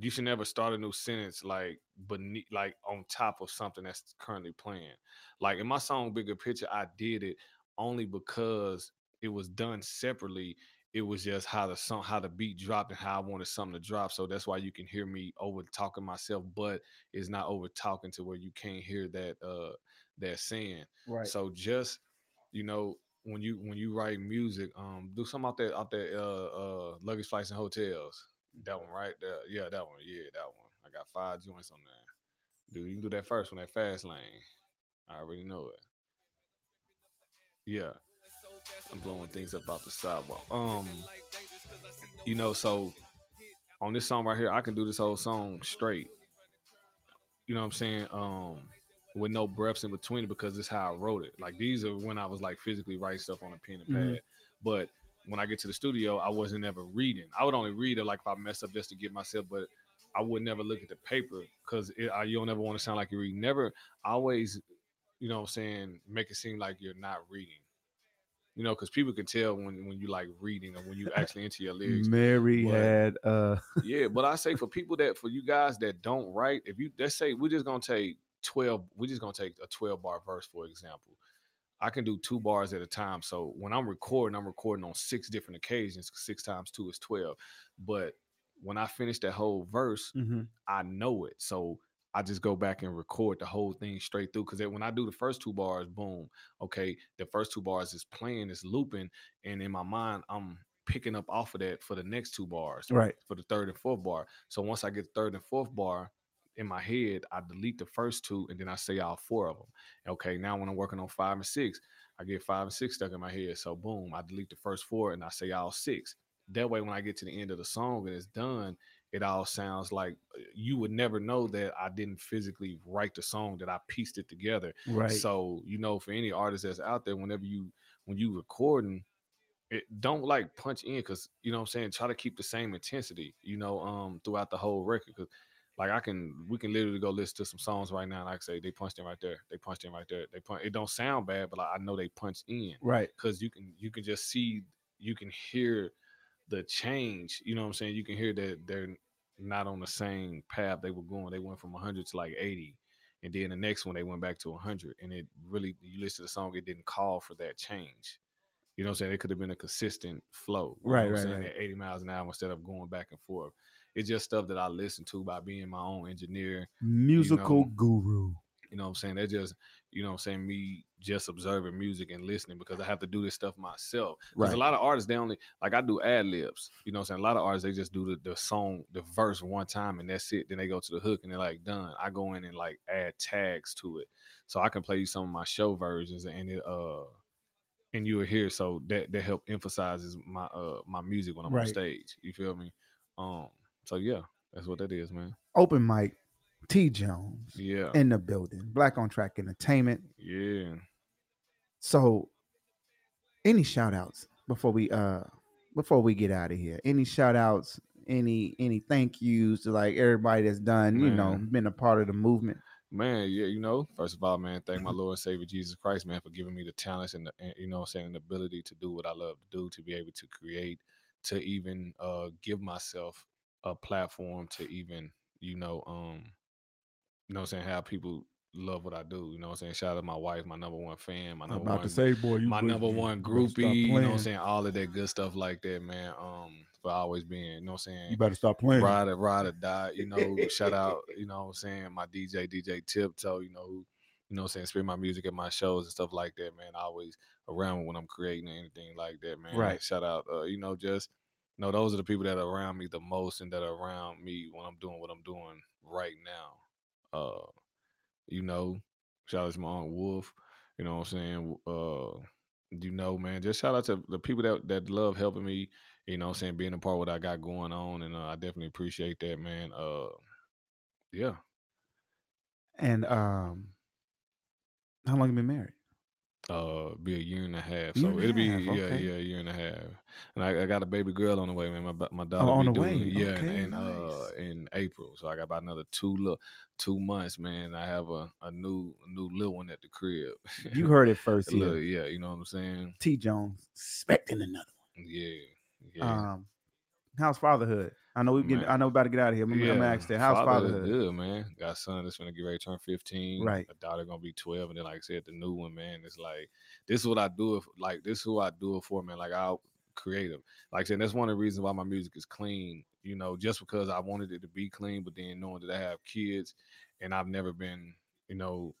C: You should never start a new sentence like beneath, like on top of something that's currently playing. Like in my song "Bigger Picture," I did it only because it was done separately. It was just how the song, how the beat dropped, and how I wanted something to drop. So that's why you can hear me over talking myself, but it's not over talking to where you can't hear that uh that saying.
B: Right.
C: So just you know when you when you write music, um, do something out there out there uh, uh luggage flights and hotels. That one right there. Yeah, that one. Yeah, that one. I got five joints on there. Dude, you can do that first one, that fast lane. I already know it. Yeah. I'm blowing things up off the sidewalk. Um, you know, so on this song right here, I can do this whole song straight. You know what I'm saying? Um, with no breaths in between it because it's how I wrote it. Like these are when I was like physically writing stuff on a pen and pad.
B: Mhm.
C: But when I get to the studio, I wasn't ever reading. I would only read it like if I messed up just to get myself, but I would never look at the paper because I you don't ever want to sound like you're reading. Never I always, you know what I'm saying, make it seem like you're not reading. You know, because people can tell when when you like reading or when you actually into your lyrics
B: Mary
C: What?
B: had uh
C: yeah, but I say for people that for you guys that don't write, if you let's say we're just gonna take twelve, we're just gonna take a twelve bar verse for example. I can do two bars at a time. So when I'm recording, I'm recording on six different occasions. 'cause Six times two is twelve. But when I finish that whole verse, I know it. So I just go back and record the whole thing straight through. Cause then when I do the first two bars, boom, okay, the first two bars is playing, it's looping, and in my mind, I'm picking up off of that for the next two bars
B: right.
C: for the third and fourth bar. So once I get the third and fourth bar in my head, I delete the first two and then I say all four of them. Okay, now when I'm working on five and six, I get five and six stuck in my head. So boom, I delete the first four and I say all six. That way, when I get to the end of the song and it's done, it all sounds like uh, you would never know that I didn't physically write the song, that I pieced it together.
B: Right.
C: So you know, for any artist that's out there, whenever you when you recording, it don't like punch in because you know what I'm saying. Try to keep the same intensity, you know, um, throughout the whole record. Because like I can, we can literally go listen to some songs right now, and I can say they punched in right there, they punched in right there, they punch. It don't sound bad, but like, I know they punched in
B: right.
C: because you can you can just see you can hear the change you know what i'm saying you can hear that they're not on the same path they were going they went from 100 to like 80 and then the next one they went back to 100 and it really you listen to the song it didn't call for that change you know what i'm saying it could have been a consistent flow you know
B: Right,
C: what I'm
B: right,
C: saying,
B: right.
C: at 80 miles an hour instead of going back and forth it's just stuff that i listen to by being my own engineer
B: Musical guru.
C: you know what I'm saying? That just, you know what I'm saying, me just observing music and listening because I have to do this stuff myself. Because
B: Right.
C: a lot of artists, they only like I do ad libs. You know what I'm saying? A lot of artists they just do the, the song, the verse one time and that's it. Then they go to the hook and they're like done. I go in and like add tags to it. So I can play you some of my show versions and it uh and you will hear. So that that help emphasizes my uh my music when I'm on
B: Right.
C: stage. You feel me? Um so yeah, that's what that is, man.
B: Open mic. T Jones
C: Yeah.
B: in the building. Black on Track Entertainment.
C: Yeah.
B: So any shout outs before we uh before we get out of here? Any shout outs? Any any thank yous to like everybody that's done, you know,
C: Man.
B: been a part of the movement.
C: Man, yeah, you know, first of all, man, thank my Lord and Savior Jesus Christ, man, for giving me the talents and, the, and you know, what I'm saying the ability to do what I love to do, to be able to create, to even uh give myself a platform to even, you know, um, you know, what I'm saying how people love what I do. You know, what I'm saying shout out to my wife, my number one fan, my number one
B: say, boy, you
C: my number one groupie, you know what I'm saying? All of that good stuff like that, man. Um, for always being, you know what I'm saying?
B: better stop playing.
C: ride or ride or die. You know, shout out, you know what I'm saying, my DJ, DJ Tiptoe, you know, who, you know what I'm saying, spin my music at my shows and stuff like that, man. Always around when I'm creating or anything like that, man.
B: Right.
C: Shout out, uh, you know, just you know, those are the people that are around me the most and that are around me when I'm doing what I'm doing right now. Uh, you know, shout out to my aunt Wolf, you know what I'm saying? w- Uh you know, man, just shout out to the people that that love helping me, you know what I'm saying, being a part of what I got going on. And uh, I definitely appreciate that, man. Uh, yeah.
B: And um, how long you been married?
C: Uh, be a year and a half,
B: Year
C: so
B: and a
C: it'll be
B: half,
C: yeah,
B: okay.
C: yeah, a year and a half, and I, I got a baby girl on the way, man. My ba- my daughter
B: Oh, on
C: be
B: the way,
C: due, yeah,
B: okay,
C: and, uh
B: nice.
C: in April, so I got about another two look two months, man. I have a, a new new little one at the crib.
B: You heard it first
C: A little-
B: here.
C: yeah, you know what I'm saying.
B: T Jones expecting another.
C: Yeah, yeah.
B: Um, how's fatherhood? I know we get. I
C: Man.
B: know we about to get out of here. but I'm, I'm asking, that. how's
C: fatherhood
B: fatherhood?
C: Good man. Got a son that's gonna get ready to turn fifteen.
B: Right.
C: A daughter gonna be twelve, and then like I said, the new one, man. It's like this is what I do. If like this is who I do it for, man. Like I'll creative. Like I said, that's one of the reasons why my music is clean. You know, just because I wanted it to be clean, but then knowing that I have kids, and I've never been, you know,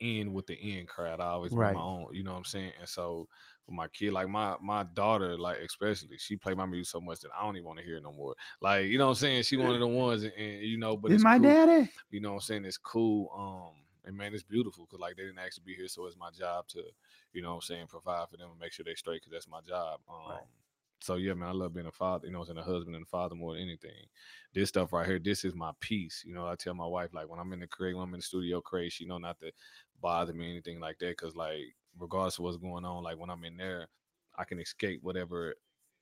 C: end with the end crowd. I always
B: Right.
C: be my own, you know what I'm saying? And so with my kid, like my my daughter, like especially, she played my music so much that I don't even want to hear it no more. Like, you know what I'm saying? She one of the ones and, and, you know, but
B: This
C: it's
B: my
C: cool.
B: daddy.
C: you know what I'm saying? It's cool. Um, and man, it's beautiful because like they didn't actually be here, so it's my job to, you know what I'm saying, provide for them and make sure they straight because that's my job. Um, so yeah, man, I love being a father, you know, what I'm saying, a husband and a father more than anything. This stuff right here, this is my peace. You know, I tell my wife, like when I'm in the crate, when I'm in the studio crate, she know not to bother me or anything like that. Cause like regardless of what's going on, like when I'm in there, I can escape whatever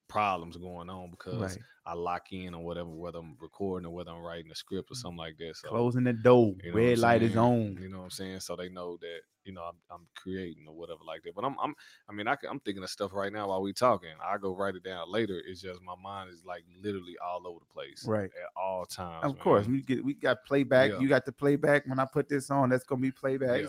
C: problems going on because
B: Right.
C: I lock in on whatever, whether I'm recording or whether I'm writing a script or something like that. So
B: Closing the door.
C: you know what
B: Red
C: I'm
B: light is
C: saying?
B: on.
C: You know what I'm saying? So they know that you know I'm, I'm creating or whatever like that. But I'm I'm I mean I am thinking of stuff right now while we talking. I go write it down later. It's just my mind is like literally all over the place
B: Right.
C: at all times.
B: Of course,
C: man.
B: we get we got playback.
C: Yeah.
B: You got the playback. When I put this on, that's gonna be playback.
C: Yeah,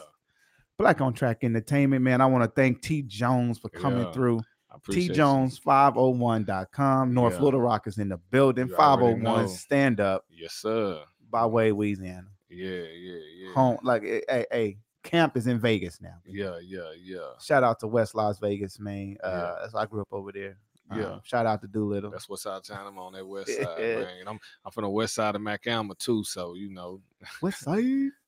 B: Black on Track Entertainment, man. I want to thank T Jones for coming
C: Yeah.
B: through.
C: I appreciate
B: T
C: you.
B: Jones501.com. North
C: Yeah.
B: Little Rock is in the building.
C: You already
B: 501
C: know.
B: stand up
C: Yes, sir.
B: by way of Louisiana.
C: Yeah, yeah, yeah.
B: Home like eh, hey, hey, camp is in Vegas now.
C: Yeah, yeah, yeah.
B: Shout out to West Las Vegas, man.
C: Yeah.
B: Uh that's I grew up over there. Um,
C: Yeah.
B: shout out to Doolittle.
C: That's what side of town I'm on that west side, man. And I'm I'm from the west side of Macalma too, so you know,
B: What's side?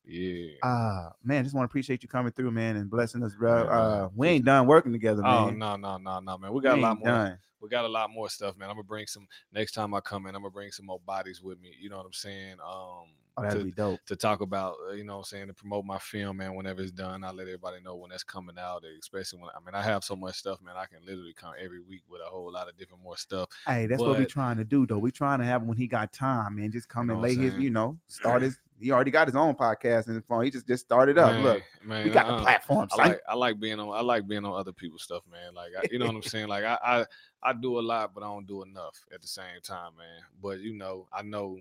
C: yeah.
B: Ah, man, just want to appreciate you coming through, man, and blessing us, bro.
C: Yeah, man.
B: Uh, we ain't done working together, man.
C: Oh no, no, no, no, man. We got
B: We
C: a lot
B: ain't
C: more.
B: done.
C: we got a lot more stuff, man. I'm gonna bring some next time I come in. I'm gonna bring some more bodies with me. You know what I'm saying? Um,
B: Oh, that'd
C: to,
B: be dope.
C: to talk about, uh, you know, what I'm saying to promote my film, man. Whenever it's done, I let everybody know when that's coming out. e, Especially when I mean, I have so much stuff, man. I can literally come every week with a whole lot of different more stuff.
B: Hey, that's what we
C: But-
B: trying to do though. We trying to have him when he got time, man. Just come
C: know
B: and
C: what
B: lay
C: I'm
B: his,
C: saying?
B: you know, start his. He already got his own podcast and his phone. He just just started up.
C: Man,
B: Look,
C: man,
B: we got the
C: uh-uh.
B: platform.
C: I
B: son.
C: like I like being on I like being on other people's stuff, man. Like I, you know what I'm saying. Like I, I I do a lot, but I don't do enough at the same time, man. But you know, I know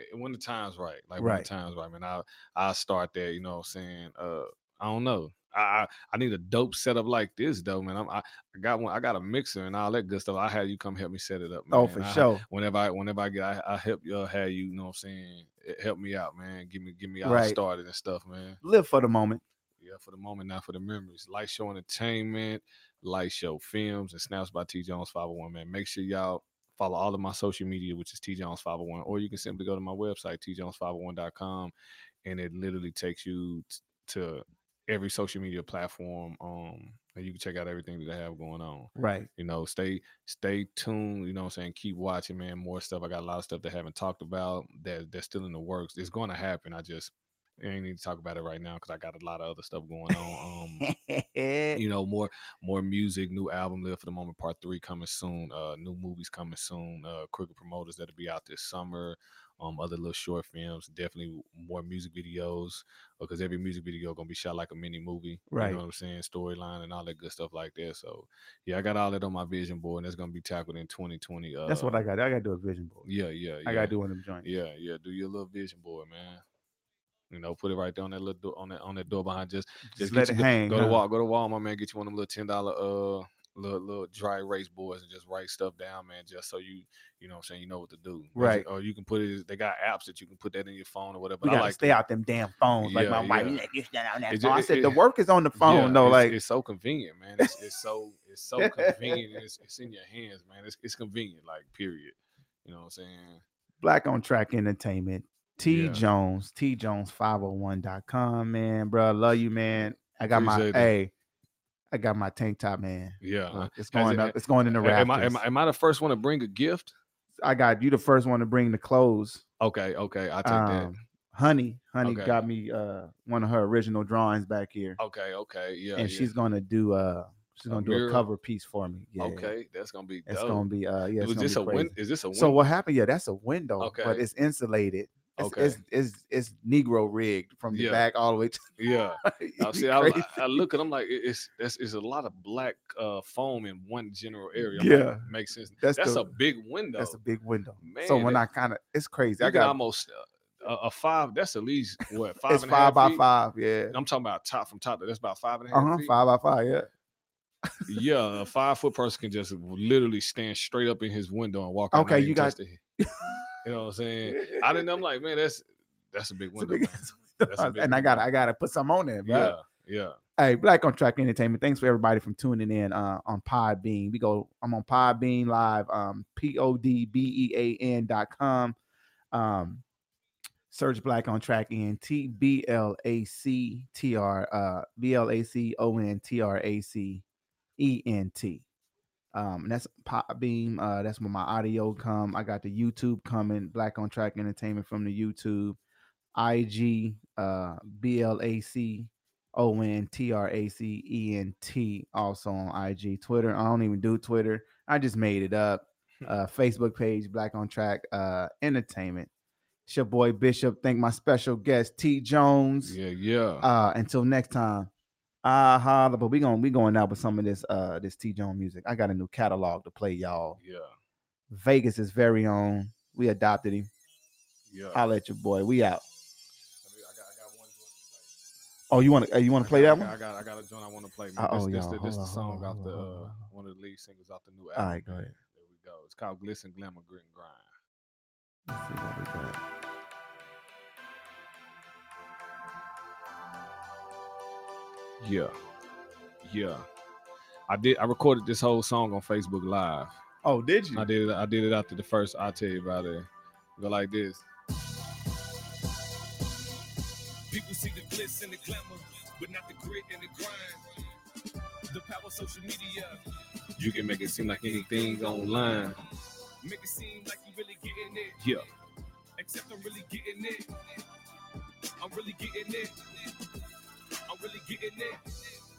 C: eh, when the time's right. Like when
B: Right.
C: the time's right, man. I I start there. You know what I'm saying. Uh, I don't know. I, I I need a dope setup like this though, man. I'm, I I got one. I got a mixer and all that good stuff. I had you come help me set it up. Man.
B: oh, for
C: I-
B: sure.
C: Whenever I whenever I get, I, I help you. uh, Have you? You know what I'm saying? eh, Help me out, man. Give me give me all
B: Right.
C: started and stuff, man.
B: Live for the moment.
C: Yeah, for the moment, not for the memories. Light Show Entertainment, Light Show Films, and Snaps by T Jones 501, man. Make sure y'all follow all of my social media, which is T Jones 501, or you can simply go to my website, tjones501.com, and it literally takes you t- to every social media platform. Um, and you can check out everything that they have going on.
B: Right.
C: You know, stay stay tuned. You know what I'm saying? Keep watching, man. More stuff. I got a lot of stuff that haven't talked about that that's still in the works. It's gonna happen. I just I ain't need to talk about it right now because I got a lot of other stuff going on. Um
B: Eh
C: you know, more more music, new album Live for the Moment Part Three coming soon, uh new movies coming soon, uh cricket promoters that'll be out this summer, um other little short films, definitely more music videos, because every music video gonna be shot like a mini movie.
B: Right.
C: You know what I'm saying? Storyline and all that good stuff like that. So yeah, I got all that on my vision board and that's gonna be tackled in twenty twenty. Uh
B: that's what I got. I gotta do a vision board.
C: yeah, yeah, yeah.
B: I gotta do one of them joints.
C: Yeah, yeah. Do your little vision board, man. You know, put it right there on that little door on that on that door behind just just
B: Just let
C: get
B: it
C: you
B: hang.
C: go to
B: huh?
C: Wal, go to Wal, my man. Get you one of them little ten dollar uh little little dry erase boards and just write stuff down, man. Just so you you know what I'm saying you know what to do, As-
B: Right.
C: Or you can put it. They got apps that you can put that in your phone or whatever.
B: We
C: But I
B: gotta
C: like
B: stay
C: the-
B: out them damn phones. like my
C: Yeah,
B: wife,
C: yeah.
B: like you stand on that
C: It ju-
B: phone. I
C: it-
B: said the
C: it-
B: work is on the phone
C: Yeah,
B: though.
C: it's,
B: like
C: it's so convenient, man. It's, it's so it's so convenient. and It's, it's in your hands, man. It's it's convenient, like period. You know what I'm saying?
B: Black on Track Entertainment. T
C: Yeah.
B: Jones, oh T Jones501.com, man, bro. Love you, man. I got
C: Appreciate
B: my
C: it.
B: hey, I got my tank top, man.
C: Yeah.
B: Look, it's
C: Has
B: going
C: it-
B: up, it's going in the
C: A- Am I,
B: rafters.
C: am I am I the first one to bring a gift?
B: I got you the first one to bring the clothes.
C: Okay, okay, I take that.
B: Um, honey, honey
C: Okay.
B: got me uh one of her original drawings back here,
C: Okay, okay, yeah.
B: and
C: yeah.
B: she's gonna do uh she's
C: A
B: gonna do a
C: mural?
B: cover piece for me. Yeah,
C: okay. That's gonna be dope.
B: it's gonna be uh yeah, it's
C: was
B: gonna
C: this
B: be
C: a win?
B: crazy.
C: Is this a win?
B: So what happened? Yeah, that's a window, but
C: Okay.
B: it's insulated. It's,
C: Okay.
B: it's, it's it's Negro rigged from the
C: Yeah.
B: back all the way to.
C: Yeah. I
B: It'd be
C: see. I, was-
B: crazy.
C: I, I look at. I'm like, it- it's that's it's a lot of black uh, foam in one general area. I'm like,
B: yeah,
C: makes sense.
B: that's
C: That's,
B: the-
C: a big window.
B: that's a big window. so
C: Man,
B: when
C: that-
B: I kind of it's crazy.
C: you
B: I
C: can
B: got
C: almost uh, a, a five. That's at least what five.
B: it's
C: and a half
B: five by
C: feet?
B: five. Yeah,
C: I'm talking about top from top. to- That's about five and a half
B: uh huh.
C: feet.
B: Five by five. Yeah,
C: Yeah, a five foot person can just literally stand straight up in his window and walk. out and
B: Okay,
C: not even
B: you got-
C: touch the- You know what I'm saying? I didn't. I'm like, man, that's that's a big
B: It's a
C: window.
B: big
C: man.
B: ass
C: That's a
B: window.
C: big
B: and I
C: window.
B: got to I gotta put some on there.
C: Yeah,
B: bruh.
C: Yeah.
B: Hey, Black on Track Entertainment. Thanks for everybody from tuning in uh, on Podbean. We go. I'm on Podbean Live. Um, P O D B E A N dot com. Um, search Black on Track N T B L A C T R uh B L A C O N T R A C E N T. Um, and that's Podbeam. Uh, that's where my audio come. I got the YouTube coming. Black on Track Entertainment from the YouTube. IG uh B L A C O N T R A C E N T also on IG. Twitter. I don't even do Twitter. I just made it up. Uh Facebook page, Black on Track uh Entertainment. It's your boy Bishop. Thank my special guest T Jones.
C: Yeah. Yeah.
B: Uh until next time. I holla, but we going we going out with some of this uh this T Jones music. I got a new catalog to play, y'all.
C: yeah.
B: Vegas is very own. We adopted him.
C: Yeah.
B: I'll let your boy. We out.
C: I got, I got one joint to play.
B: Oh, you want to you want
C: I
B: to play
C: got-
B: that
C: I got-
B: one?
C: I got, I got a joint I want to play. Man.
B: Uh-oh,
C: this, this,
B: y'all.
C: the, this the
B: Hold on,
C: song
B: hold
C: out
B: on,
C: the
B: hold on, hold
C: uh,
B: on.
C: one of the lead singles out the new
B: All
C: album.
B: right, go ahead.
C: There we go. It's called Glisten, Glamour, Grit, and Grind.
B: Let's see what we got.
C: Yeah, yeah. I did. I recorded this whole song on Facebook Live.
B: Oh, did you?
C: I did. It, I did it after the first. I tell you about it. Go like this.
A: People see the glitz and the glamour, but not the grit and the grind. The power of social media
C: You can make it seem like anything online.
A: make it seem like you really getting it,
C: Yeah,
A: except I'm really getting it. I'm really getting it. I'm really getting it.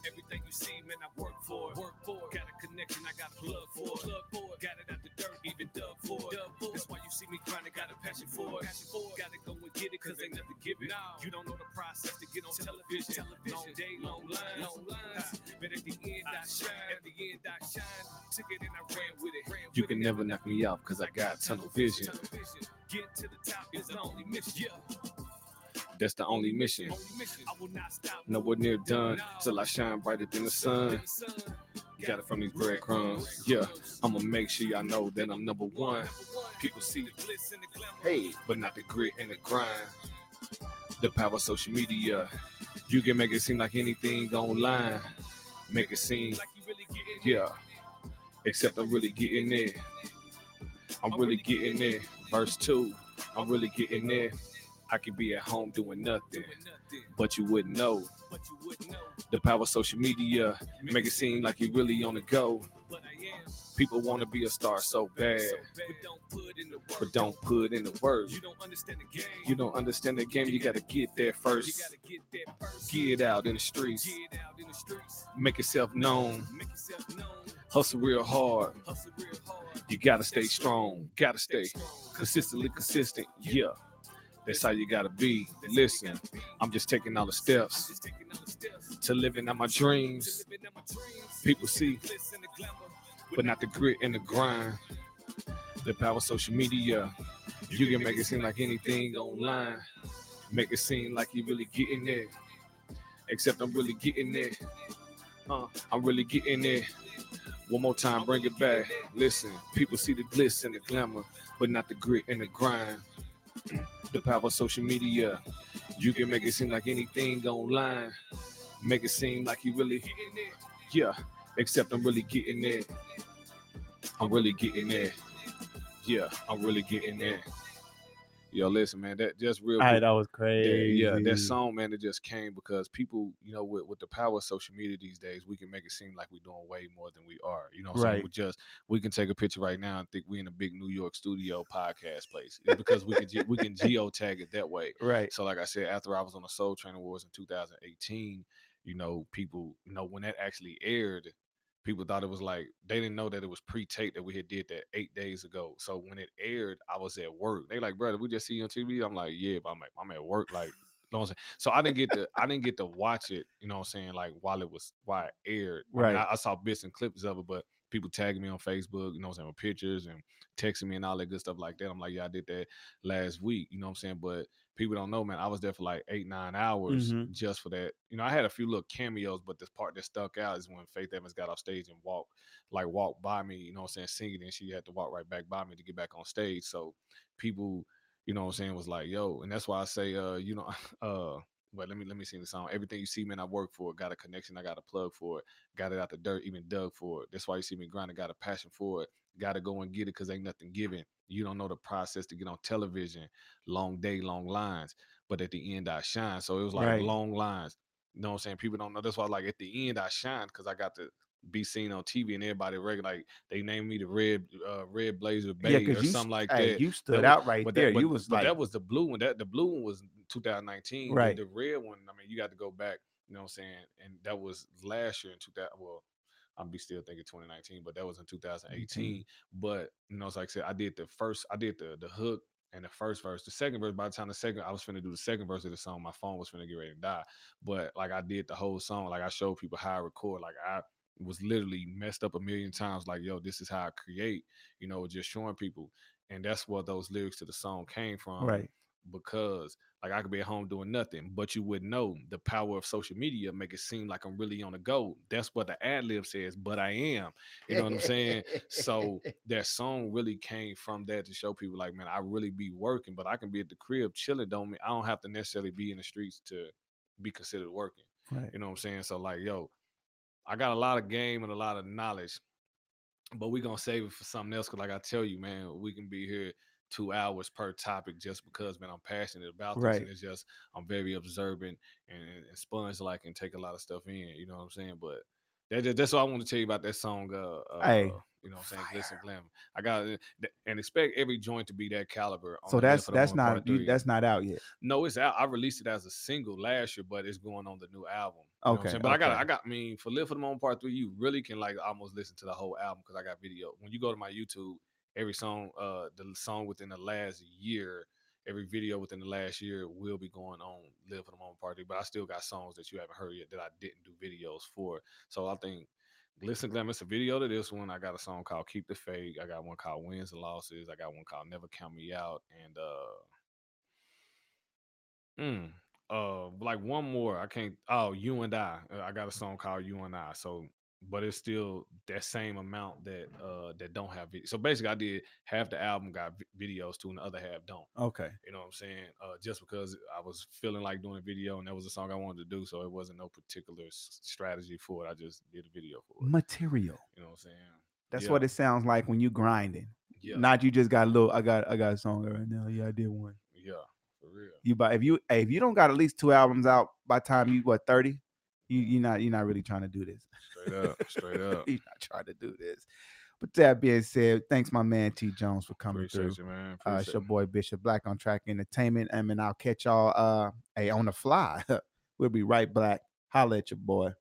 A: Everything you see, man, I work for it. Work for it. Got a connection, I got plug for it. Plug for it. Got it out the dirt, even dub for it. Dub for it. That's why you see me grinding, got a passion for it. Passion for it. Gotta go and get it, cause ain't nothing given. No. You don't know the process to get on television. television. Long day, long lines. Long lines. But at the end, I shine. At the end, I shine. Took it and I ran with it. Ran
C: you
A: with
C: can
A: it.
C: never knock me off because I got tunnel vision.
A: Get to the top is the only mission. Yeah,
C: That's the only mission.
A: only mission. I will not stop.
C: Nowhere near done till I shine brighter than the sun. Got it from these breadcrumbs. Yeah, I'ma make sure y'all know that I'm number one. People see the
A: glitz and the glamour.
C: hey, but not the grit and the grind. The power of social media. You can make it seem like anything online. Make it seem,
A: like you really getting
C: yeah. Except I'm really getting there. I'm really getting there. Verse two, I'm really getting there. I could be at home doing nothing,
A: doing nothing,
C: but you wouldn't know.
A: but you wouldn't know.
C: The power of social media make it seem like you really on the go.
A: But I am
C: People want to be a star so bad,
A: so bad. But don't put in the work.
C: but don't put in the work.
A: You don't understand the game.
C: You don't understand the game. You gotta get there
A: You
C: first.
A: gotta get that first.
C: Get out in the streets.
A: Get out in the streets.
C: Make yourself known.
A: Make yourself known.
C: Hustle real hard.
A: Hustle real hard.
C: You gotta stay strong. Gotta stay
A: strong.
C: consistently consistent. Yeah, that's how you gotta be. Listen, I'm just taking all the steps to living out my dreams, People
A: People
C: see,
A: see,
C: but not the grit and the grind. The power of social media. You can make it seem like anything online. Make it seem like you really getting there. Except I'm really getting there. Uh, I'm really getting there. One more time, bring it back. Listen, people see the glitz and the glamour, but not the grit and the grind. The power of social media. You can make it seem like anything online. Make it seem like you really, yeah. Except I'm really getting there. I'm really getting there. Yeah, I'm really getting there. Yo, listen, man, that just real.
D: All
C: quick-
D: right, that was
C: yeah,
D: crazy.
C: yeah, that song, man, it just came because people, you know, with, with the power of social media these days, we can make it seem like we're doing way more than we are. You know what I'm saying?
D: Right.
C: We just we can take a picture right now and think we're in a big New York studio podcast place. It's because we can ge- we can geotag it that way.
D: Right.
C: So, like I said, after I was on the Soul Train Awards in 2018, you know, people, you know, when that actually aired, people thought it was like they didn't know that it was pre-taped that we had did that eight days ago. So when it aired, I was at work. They like, brother, we just see you on TV. I'm like, yeah, but I'm like, I'm at work. Like, you know what I'm saying? So I didn't get to, I didn't get to watch it. You know what I'm saying? Like while it was while it aired, I mean,
D: Right.
C: I, I saw bits and clips of it, but people tagging me on Facebook. You know what I'm saying? With pictures and texting me and all that good stuff like that. I'm like, yeah, I did that last week. You know what I'm saying? But people don't know, man, I was there for like eight, nine hours
D: Mhm.
C: just for that. You know, I had a few little cameos, but this part that stuck out is when Faith Evans got off stage and walked, like walked by me, you know what I'm saying, singing, and she had to walk right back by me to get back on stage. So people, you know what I'm saying, was like, yo, and that's why I say, uh, you know, uh But let me let me sing the song. Everything you see, man, I work for it. Got a connection, I got a plug for it. Got it out the dirt, even dug for it. That's why you see me grinding. Got a passion for it. Got to go and get it because ain't nothing given. You don't know the process to get on television. Long day, long lines. But at the end, I shine. So it was like
B: Right.
C: long lines. You know what I'm saying? People don't know. That's why, like at the end, I shine because I got to be seen on TV and everybody reg- like they named me the red uh, red blazer
B: yeah,
C: babe or
B: because you,
C: something like
B: hey,
C: that
B: you stood
C: was-
B: out right
C: but
B: there.
C: That, but,
B: you was
C: but
B: like,
C: that was the blue one. That the blue one was 2019.
B: Right.
C: The, the red one. I mean, you got to go back. You know what I'm saying? And that was last year in 2000. Well, I'm be still thinking 2019, but that was in
B: Mm-hmm.
C: 2018. But you know, it's like I said, I did the first. I did the the hook and the first verse. The second verse. By the time the second, I was finna do the second verse of the song. My phone was finna get ready to die. But like I did the whole song. Like I showed people how I record. Like I was literally messed up a million times. Like yo, this is how I create. You know, just showing people. And that's where those lyrics to the song came from
B: right,
C: because like I could be at home doing nothing, but you would know the power of social media make it seem like I'm really on the go. That's what the ad lib says, but I am. You know what I'm saying? So that song really came from that to show people like, man, I really be working, but I can be at the crib chilling. Don't mean I don't have to necessarily be in the streets to be considered working.
B: right.
C: You know what I'm saying? So like, yo, I got a lot of game and a lot of knowledge, but we gonna save it for something else. Cause like I tell you, man, we can be here two hours per topic just because, man, I'm passionate about this.
B: Right.
C: And it's just I'm very observant and, and- and sponge like and take a lot of stuff in. You know what I'm saying? But that, that- that's what I want to tell you about that song. Uh, uh
B: Hey,
C: you know what I'm saying? Listen, Glam. I got it, th- and expect every joint to be that caliber. on
B: So
C: the
B: that's
C: Left of the
B: that's
C: One Part
B: not you,
C: Three.
B: that's not out yet.
C: No, it's out. I released it as a single last year, but it's going on the new album. You know what I'm
B: Okay,
C: saying? but I got,
B: okay.
C: I got. I mean, for live for the moment, part three, you really can like almost listen to the whole album because I got video. When you go to my YouTube, every song, uh, the song within the last year, every video within the last year will be going on live for the moment part three. But I still got songs that you haven't heard yet that I didn't do videos for. So I think. Listen, Glam, it's a video to this one. I got a song called Keep the Fake. I got one called Wins and Losses. I got one called Never Count Me Out. And uh Mm. Uh, like one more. I can't. Oh, you and I. Uh, I got a song called "You and I." So, but it's still that same amount that uh that don't have video. So basically, I did half the album got vi- videos to, and the other half don't.
B: Okay,
C: You know what I'm saying? Uh, just because I was feeling like doing a video, and that was a song I wanted to do, so it wasn't no particular s- strategy for it. I just did a video for it.
B: material.
C: You know what I'm saying?
B: That's
C: Yeah.
B: what it sounds like when you grinding.
C: Yeah,
B: Not you just got a little. I got I got a song right now. Yeah, I did one.
C: yeah, for real.
B: You buy if you hey, if you don't got at least two albums out by the time you what thirty, you you're not you're not really trying to do this.
C: Straight up, straight up.
B: you're not trying to do this. But that being said, thanks my man T Jones for coming through.
C: Appreciate you, man.
B: Uh,
C: Appreciate
B: it's your boy Bishop Black on Track Entertainment. I mean, I'll catch y'all uh hey on the fly. we'll be right back. Holla at your boy.